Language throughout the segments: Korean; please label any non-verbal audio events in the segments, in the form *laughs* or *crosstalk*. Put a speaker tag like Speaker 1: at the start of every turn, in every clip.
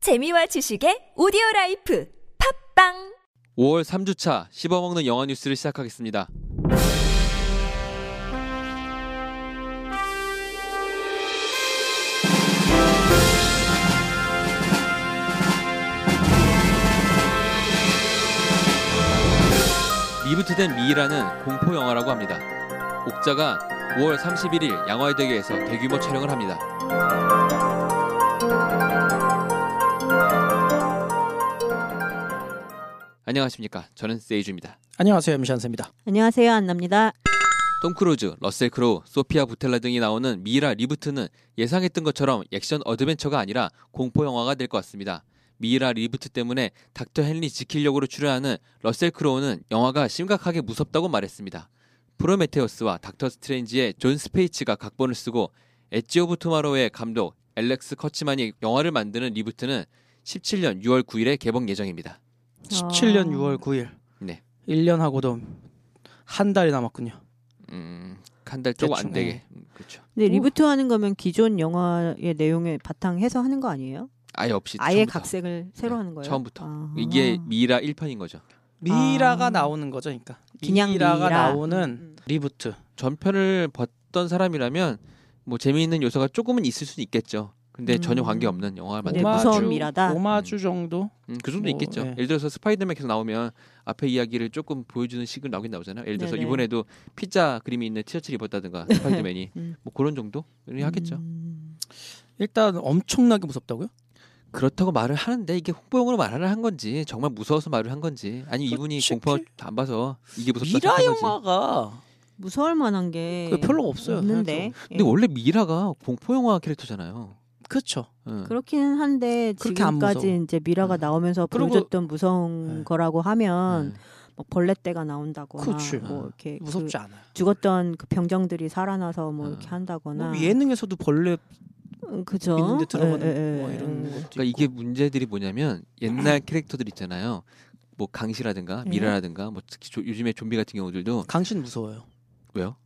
Speaker 1: 재미와 지식의 오디오 라이프 팝빵
Speaker 2: 5월 3주차 씹어먹는 영화 뉴스를 시작하겠습니다. 리부트된 미이라는 공포 영화라고 합니다. 옥자가 5월 31일 양화의 대교에서 대규모 촬영을 합니다. 안녕하십니까. 저는 세이주입니다.
Speaker 3: 안녕하세요 미션스입니다.
Speaker 4: 안녕하세요 안나입니다.
Speaker 2: 톰 크루즈, 러셀 크로우, 소피아 부텔라 등이 나오는 미이라 리부트는 예상했던 것처럼 액션 어드벤처가 아니라 공포 영화가 될 것 같습니다. 미이라 리부트 때문에 닥터 헨리 지킬 역으로 출연하는 러셀 크로우는 영화가 심각하게 무섭다고 말했습니다. 프로메테우스와 닥터 스트레인지의 존 스페이츠가 각본을 쓰고 엣지 오브 투마로우의 감독 앨렉스 커치만이 영화를 만드는 리부트는 17년 6월 9일에 개봉 예정입니다.
Speaker 4: 아.
Speaker 3: 17년 6월 9일.
Speaker 2: 네.
Speaker 3: 1년 하고도 한 달이 남았군요.
Speaker 2: 음, 한 달 조금 안
Speaker 3: 대충,
Speaker 2: 되게.
Speaker 3: 네.
Speaker 2: 음, 그렇죠.
Speaker 4: 근데 리부트 하는 거면 기존 영화의 내용에 바탕해서 하는 거 아니에요?
Speaker 2: 아예 없이
Speaker 4: 아예
Speaker 2: 처음부터.
Speaker 4: 각색을 새로
Speaker 2: 네,
Speaker 4: 하는 거예요?
Speaker 2: 처음부터.
Speaker 4: 아.
Speaker 2: 이게 미이라 1편인 거죠.
Speaker 3: 미라가
Speaker 4: 아.
Speaker 3: 나오는 거죠, 그러니까.
Speaker 4: 그냥
Speaker 3: 미라가
Speaker 4: 미라.
Speaker 3: 나오는
Speaker 4: 음, 음.
Speaker 3: 리부트.
Speaker 2: 전편을 봤던 사람이라면 뭐 재미있는 요소가 조금은 있을 수는 있겠죠. 근데 전혀
Speaker 4: 음.
Speaker 2: 관계없는 영화를
Speaker 4: 네,
Speaker 2: 만든
Speaker 4: 오마주.
Speaker 2: 거죠.
Speaker 4: 무서운 미라다.
Speaker 3: 오마주 정도.
Speaker 2: 음, 그 정도
Speaker 3: 뭐,
Speaker 2: 있겠죠.
Speaker 3: 네.
Speaker 2: 예를 들어서 스파이더맨 계속 나오면 앞에 이야기를 조금 보여주는 식으로 나오긴 나오잖아요. 예를 들어서
Speaker 4: 네네.
Speaker 2: 이번에도 피자 그림이 있는 티셔츠를 입었다든가 스파이더맨이
Speaker 4: 음.
Speaker 2: 뭐 그런 정도 이 하겠죠.
Speaker 4: 음.
Speaker 3: 일단 엄청나게 무섭다고요?
Speaker 2: 그렇다고 말을 하는데 이게 홍보용으로 말을 한 건지 정말 무서워서 말을 한 건지 아니 이분이
Speaker 3: 솔직히
Speaker 2: 공포 안 봐서 이게 무섭다 그
Speaker 3: 미라
Speaker 2: 생각한 건지.
Speaker 3: 영화가
Speaker 4: 무서울 만한 게
Speaker 3: 그게 별로 없어요.
Speaker 4: 네. 없는데 예.
Speaker 2: 근데 원래 미라가 공포 영화 캐릭터잖아요.
Speaker 3: 그렇죠.
Speaker 2: 응.
Speaker 4: 그렇기는 한데
Speaker 3: 그렇게 안 무서워. 네.
Speaker 4: 지금까지 이제 미라가
Speaker 2: 음.
Speaker 4: 나오면서
Speaker 3: 그리고-
Speaker 4: 보여줬던 무서운
Speaker 3: 네.
Speaker 4: 거라고 하면
Speaker 2: 응.
Speaker 4: 막 벌레떼가 나온다거나
Speaker 3: 그치.
Speaker 4: 뭐
Speaker 3: 네.
Speaker 4: 이렇게 그
Speaker 3: 무섭지 않아요.
Speaker 4: 죽었던 그 병정들이 살아나서 뭐
Speaker 2: 음.
Speaker 4: 이렇게 한다거나
Speaker 3: 뭐 예능에서도 벌레
Speaker 4: 음, 그죠
Speaker 3: 있는데 들어가는
Speaker 4: 예, 예,
Speaker 3: 뭐
Speaker 4: 예.
Speaker 3: 이런
Speaker 4: 음.
Speaker 3: 것도
Speaker 2: 그러니까
Speaker 3: 있고.
Speaker 2: 이게 문제들이 뭐냐면
Speaker 3: *clears throat*
Speaker 2: 옛날 캐릭터들 있잖아요. 뭐 강시라든가
Speaker 3: 예.
Speaker 4: 네.
Speaker 2: 미라라든가 뭐 특히 조- 요즘에 좀비 같은 경우들도
Speaker 3: 강신 무서워요.
Speaker 2: 왜요?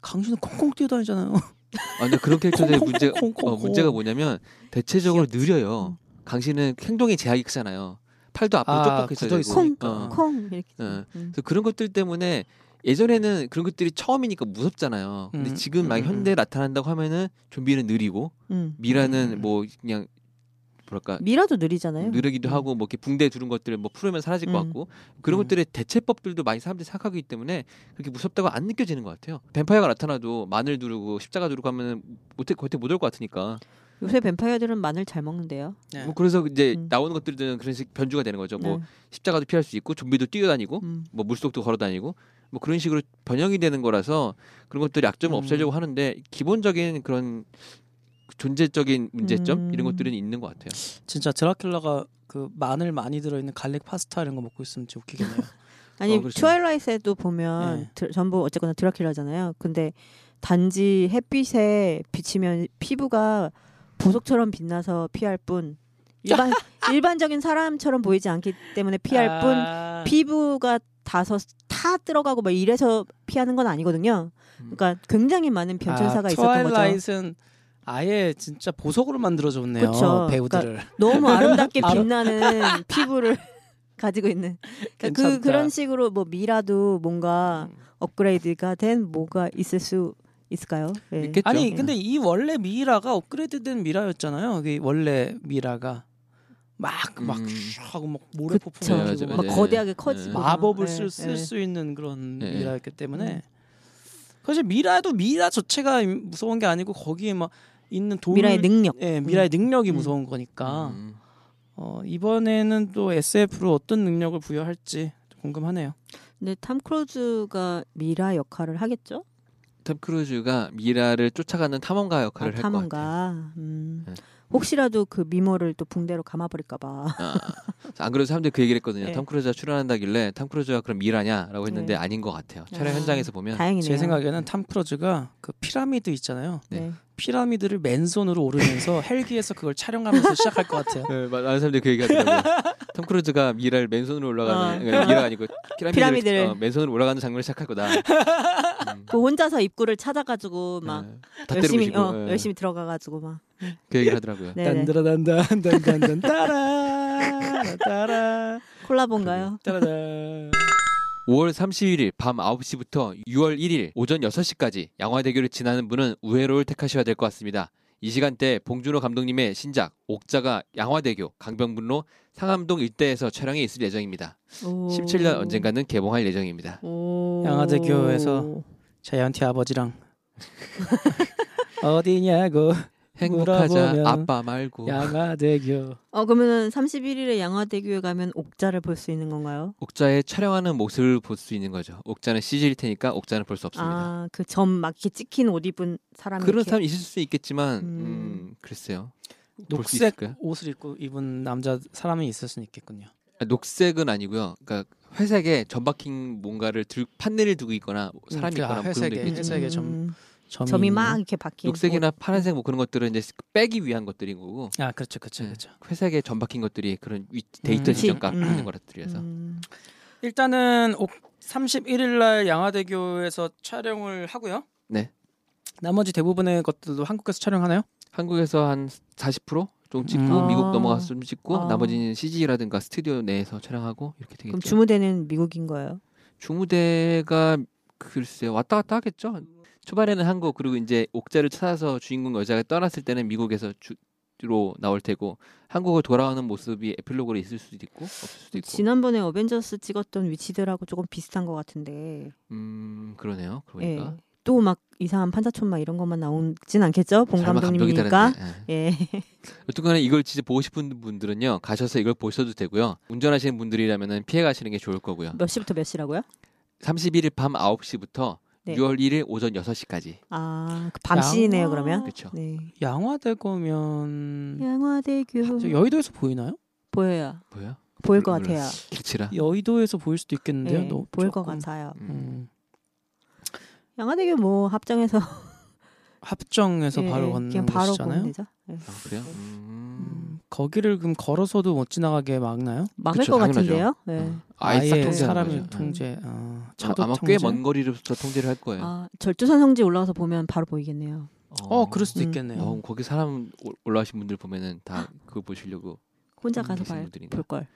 Speaker 3: 강신은 콩콩 뛰어다니잖아요.
Speaker 2: 아 근데 그런 캐릭터들의
Speaker 3: 콩콩콩,
Speaker 2: 문제
Speaker 3: 콩콩콩.
Speaker 2: 어, 문제가 뭐냐면 대체적으로 느려요. 강시는 행동에 제약이 크잖아요. 팔도 앞으로
Speaker 3: 아,
Speaker 2: 쪽박 있어야 되고.
Speaker 3: 굳어있으니까. 네.
Speaker 2: 어.
Speaker 4: 콩콩 이렇게
Speaker 2: 예.
Speaker 4: 음.
Speaker 2: 그래서 그런 것들 때문에 예전에는 그런 것들이 처음이니까 무섭잖아요. 근데
Speaker 3: 음,
Speaker 2: 지금 막
Speaker 3: 음,
Speaker 2: 현대에 나타난다고 하면은 좀비는 느리고
Speaker 4: 음.
Speaker 2: 미라는
Speaker 3: 음.
Speaker 2: 뭐 그냥 뭐랄까
Speaker 4: 미라도 느리잖아요.
Speaker 2: 누르기도
Speaker 4: 음.
Speaker 2: 하고 뭐 이렇게 붕대 두른 것들을 뭐 풀으면 사라질 것
Speaker 4: 음.
Speaker 2: 같고 그런
Speaker 3: 네. 음.
Speaker 2: 것들의 대체법들도 많이 사람들이 생각하기 때문에 그렇게 무섭다고 안 느껴지는 것 같아요. 뱀파이어가 나타나도 마늘 누르고 십자가 누르고 하면 못해 겉에 못 올 것 같으니까
Speaker 4: 요새 뱀파이어들은 마늘 잘 먹는데요.
Speaker 3: 네.
Speaker 2: 뭐 그래서 이제
Speaker 4: 음.
Speaker 2: 나오는 것들은 그런 식 변주가 되는 거죠. 뭐
Speaker 4: 네.
Speaker 3: 어?
Speaker 2: 십자가도 피할 수 있고 좀비도 뛰어다니고
Speaker 4: 음.
Speaker 2: 뭐 물속도 걸어다니고 뭐 그런 식으로 변형이 되는 거라서 그런 것들이 약점을
Speaker 3: 음.
Speaker 2: 없애려고 하는데 기본적인 그런 존재적인 문제점
Speaker 4: 음.
Speaker 2: 이런 것들은 있는 것 같아요.
Speaker 3: 진짜 드라큘라가 그 마늘 많이 들어있는 갈릭 파스타 이런 거 먹고 있으면 진짜 웃기겠네요.
Speaker 4: 아니
Speaker 2: 어, 그렇죠.
Speaker 4: 트와일라이트에도 보면
Speaker 3: 네.
Speaker 4: 드- 전부 어쨌거나 드라큘라잖아요. 근데 단지 햇빛에 비치면 피부가 보석처럼 빛나서 피할 뿐
Speaker 3: *laughs*
Speaker 4: 일반 일반적인 사람처럼 보이지 않기 때문에 *laughs* 피할 뿐
Speaker 3: 아.
Speaker 4: 피부가 다서 타 들어가고 막 이래서 피하는 건 아니거든요. 그러니까 굉장히 많은 변천사가
Speaker 3: 음. 아,
Speaker 4: 있었던 거죠.
Speaker 3: 트와일라이트는 아예 진짜 보석으로 만들어줬네요
Speaker 4: 그쵸.
Speaker 3: 배우들을.
Speaker 4: 너무 아름답게
Speaker 3: 아름-
Speaker 4: 빛나는 피부를 *laughs* 가지고 있는 그러니까 그
Speaker 3: 괜찮다.
Speaker 4: 그런 식으로 뭐 미라도 뭔가 업그레이드가 된 뭐가 있을 수 있을까요? 예.
Speaker 2: 있겠죠.
Speaker 3: 아니 근데 이 원래 미라가 업그레이드된 미라였잖아요. 그 원래 미라가 막막
Speaker 2: 음.
Speaker 3: 하고 막 모래
Speaker 4: 그쵸.
Speaker 3: 폭풍
Speaker 2: 맞아,
Speaker 3: 가지고
Speaker 4: 막
Speaker 2: 네.
Speaker 4: 거대하게 커지고 막.
Speaker 3: 마법을
Speaker 4: 예,
Speaker 3: 쓸
Speaker 4: 예.
Speaker 3: 수 있는 그런
Speaker 2: 네.
Speaker 3: 미라였기 때문에
Speaker 4: 음.
Speaker 3: 사실 미라도 미라 자체가 무서운 게 아니고 거기에 막 있는 돈
Speaker 4: 미라의 능력.
Speaker 3: 예, 미라의 능력이
Speaker 4: 음.
Speaker 3: 무서운 거니까
Speaker 2: 음.
Speaker 3: 어, 이번에는 또 SF로 어떤 능력을 부여할지 궁금하네요.
Speaker 4: 근데 탐 크루즈가 미라 역할을 하겠죠?
Speaker 2: 톰 크루즈가 미라를 쫓아가는 탐험가
Speaker 4: 아,
Speaker 2: 역할을 할 것 같아요.
Speaker 4: 탐험가. 음.
Speaker 2: 네.
Speaker 4: 혹시라도 그 미모를 또 붕대로 감아버릴까봐.
Speaker 2: 아, 안 그래도 사람들이 그 얘기를 했거든요.
Speaker 4: 네.
Speaker 2: 톰 크루즈가 출연한다길래 톰 크루즈가 그럼 미라냐라고 했는데
Speaker 4: 네.
Speaker 2: 아닌 것 같아요. 촬영
Speaker 4: 아.
Speaker 2: 현장에서 보면
Speaker 4: 다행이네요.
Speaker 3: 제 생각에는 탐 크루즈가 그 피라미드 있잖아요.
Speaker 2: 네.
Speaker 3: 피라미드를 맨손으로 오르면서 헬기에서 그걸 촬영하면서 시작할 것 같아요.
Speaker 2: 네, 마- 많은 사람들이 그
Speaker 4: *laughs*
Speaker 2: 얘기하더라고요. 톰 크루즈가 미라를 맨손으로 올라가는
Speaker 4: 어.
Speaker 2: 그러니까 미라가 아니고 피라미드를,
Speaker 4: 피라미드를.
Speaker 2: 어, 맨손으로 올라가는 장면을 시작할 거다. 음,
Speaker 4: 그 혼자서 입구를 찾아가지고 막
Speaker 2: 네. 다 때리고
Speaker 4: 열심히
Speaker 2: 싶고,
Speaker 4: 어,
Speaker 2: 네.
Speaker 4: 열심히 들어가가지고 막
Speaker 2: 그 얘기를 하더라고요.
Speaker 4: 네네.
Speaker 3: 단다라단단단단단 따라 따라
Speaker 4: 콜라보인가요?
Speaker 3: 따라다.
Speaker 2: 5월 31일 밤 9시부터 6월 1일 오전 6시까지 양화대교를 지나는 분은 우회로를 택하셔야 될 것 같습니다. 이 시간대 봉준호 감독님의 신작 옥자가 양화대교, 강변북로, 상암동 일대에서 촬영이 있을 예정입니다. 17년 언젠가는 개봉할 예정입니다.
Speaker 3: 양화대교에서 자이언티 아버지랑 어디냐고
Speaker 2: 행복하자
Speaker 3: 물어보면
Speaker 2: 아빠 말고
Speaker 3: 양화대교.
Speaker 4: 어 그러면은 31일에 양화대교에 가면 옥자를 볼 수 있는 건가요?
Speaker 2: 옥자의 촬영하는 모습을 볼 수 있는 거죠. 옥자는 CG일 테니까 옥자는 볼 수 없습니다.
Speaker 4: 아 그 점 막 이렇게 찍힌 옷 입은 사람
Speaker 2: 그런
Speaker 4: 아, 이렇게.
Speaker 2: 사람 있을 수 있겠지만
Speaker 4: 음.
Speaker 2: 음, 글쎄요. 볼수
Speaker 3: 녹색
Speaker 2: 있을까요?
Speaker 3: 옷을 입고 입은 남자 사람이 있을 수는 있겠군요.
Speaker 2: 아, 녹색은 아니고요. 그러니까 회색에 점박힌 뭔가를 들 판넬을 두고 있거나 뭐 사람이
Speaker 3: 그, 아,
Speaker 2: 있거나 뭐 그런
Speaker 3: 회색에,
Speaker 2: 게 있겠죠.
Speaker 3: 회색에. 점-
Speaker 4: 음,
Speaker 3: 점이,
Speaker 4: 점이
Speaker 3: 있는.
Speaker 4: 막 이렇게 박힌
Speaker 2: 녹색이나 파란색 뭐 그런 것들은 이제 빼기 위한 것들인 거고
Speaker 3: 아 그렇죠 그렇죠
Speaker 2: 네.
Speaker 3: 그렇죠.
Speaker 2: 회색에 점박힌 것들이 그런 위- 데이터
Speaker 3: 음.
Speaker 2: 지정 값
Speaker 3: 음.
Speaker 2: 있는 것들이라서
Speaker 4: 음,
Speaker 3: 일단은 옥 31일 날 양화대교에서 촬영을 하고요.
Speaker 2: 네.
Speaker 3: 나머지 대부분의 것들도 한국에서 촬영하나요?
Speaker 2: 한국에서 한 40% 정도 찍고
Speaker 3: 음.
Speaker 2: 미국
Speaker 4: 아.
Speaker 2: 넘어가서 좀 찍고
Speaker 4: 아.
Speaker 2: 나머지는 CG라든가 스튜디오 내에서 촬영하고 이렇게 되겠죠.
Speaker 4: 그럼 주무대는 미국인 거예요?
Speaker 2: 중무대가 글쎄 왔다 갔다 하겠죠. 초반에는 한국 그리고 이제 옥자를 찾아서 주인공 여자가 떠났을 때는 미국에서 주로 나올 테고 한국으로 돌아오는 모습이 에필로그로 있을 수도 있고 없을 수도 있고.
Speaker 4: 지난번에 어벤져스 찍었던 위치들하고 조금 비슷한 것 같은데 예.
Speaker 2: 음 그러네요. 그러니까
Speaker 4: 또 막 이상한 판사촌 막 이런 것만 나오진 않겠죠? 봉
Speaker 2: 설마 예, 감독이
Speaker 4: 감독님이니까.
Speaker 2: 다른데. 예.
Speaker 4: 예.
Speaker 2: 여튼간에 이걸 진짜 보고 싶은 분들은요 가셔서 이걸 보셔도 되고요. 운전하시는 분들이라면 피해 가시는 게 좋을 거고요.
Speaker 4: 몇 시부터 몇 시라고요?
Speaker 2: 31일 밤 9시부터
Speaker 4: 네.
Speaker 2: 6월 1일 오전 6시까지
Speaker 4: 아, 그 밤시네요,
Speaker 3: 양화-
Speaker 4: 그러면.
Speaker 2: 그렇죠.
Speaker 4: 네.
Speaker 2: 음.
Speaker 3: 양화대교면
Speaker 4: 음.
Speaker 2: 아,
Speaker 4: 양화대교
Speaker 3: 저 여의도에서 보이나요?
Speaker 4: 보여요.
Speaker 2: 뭐요?
Speaker 4: 보일 것
Speaker 2: 몰라요.
Speaker 4: 같아요.
Speaker 2: 길치라.
Speaker 3: 여의도에서 보일 수도 있겠는데요.
Speaker 4: 예,
Speaker 3: 너무
Speaker 4: 보일 것
Speaker 3: 조금-
Speaker 4: 같아요.
Speaker 2: 음.
Speaker 3: 음,
Speaker 4: 양화대교 뭐 합정에서
Speaker 3: 합정에서
Speaker 4: 예,
Speaker 3: 바로
Speaker 4: 그냥
Speaker 3: 걷는
Speaker 4: 바로 보면
Speaker 3: 곳이잖아요.
Speaker 4: 되죠. 예.
Speaker 2: 아, 그래요? 음.
Speaker 3: 음, 거기를 그럼 걸어서도 못 지나가게 막나요?
Speaker 4: 막을
Speaker 2: 그쵸,
Speaker 4: 것
Speaker 2: 당연하죠. 음.
Speaker 4: 같은데요. 예.
Speaker 2: 아예, 싹 통제하는
Speaker 3: 사람을
Speaker 2: 거죠.
Speaker 4: 음.
Speaker 3: 통제. 아,
Speaker 2: 아,
Speaker 3: 차도
Speaker 2: 아마
Speaker 3: 통제.
Speaker 2: 꽤 먼 거리로부터 통제를 할 거예요.
Speaker 4: 아, 절주산 성지 올라와서 보면 바로 보이겠네요.
Speaker 3: 어, 그럴 수도
Speaker 4: 음.
Speaker 3: 있겠네요.
Speaker 2: 어, 거기 사람 올- 올라오신 분들 보면은 다 그거 보시려고.
Speaker 4: 혼자
Speaker 2: 음,
Speaker 4: 가서
Speaker 2: 계신
Speaker 4: 봐요.
Speaker 2: 분들인가?
Speaker 4: 볼 걸.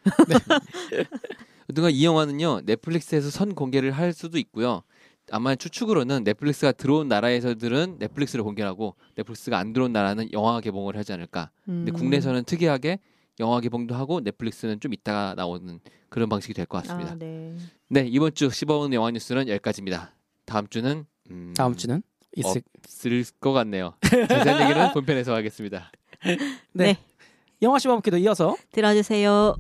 Speaker 2: 그러니까 이 영화는요 넷플릭스에서 선 공개를 할 수도 있고요. 아마 추측으로는 넷플릭스가 들어온 나라에서들은 넷플릭스를 공개하고 넷플릭스가 안 들어온 나라는 영화 개봉을 하지 않을까. 근데
Speaker 4: 음.
Speaker 2: 국내에서는 특이하게 영화 개봉도 하고 넷플릭스는 좀 이따가 나오는 그런 방식이 될 것 같습니다.
Speaker 4: 아, 네.
Speaker 2: 네 이번 주 씹어오는 영화 뉴스는 여기까지입니다. 다음 주는 음,
Speaker 3: 다음 주는 있을
Speaker 2: 쓸 것 같네요. 자세한 얘기는 본편에서 하겠습니다.
Speaker 3: 네.
Speaker 4: 네.
Speaker 3: 영화 시바부키도 이어서
Speaker 4: 들어주세요.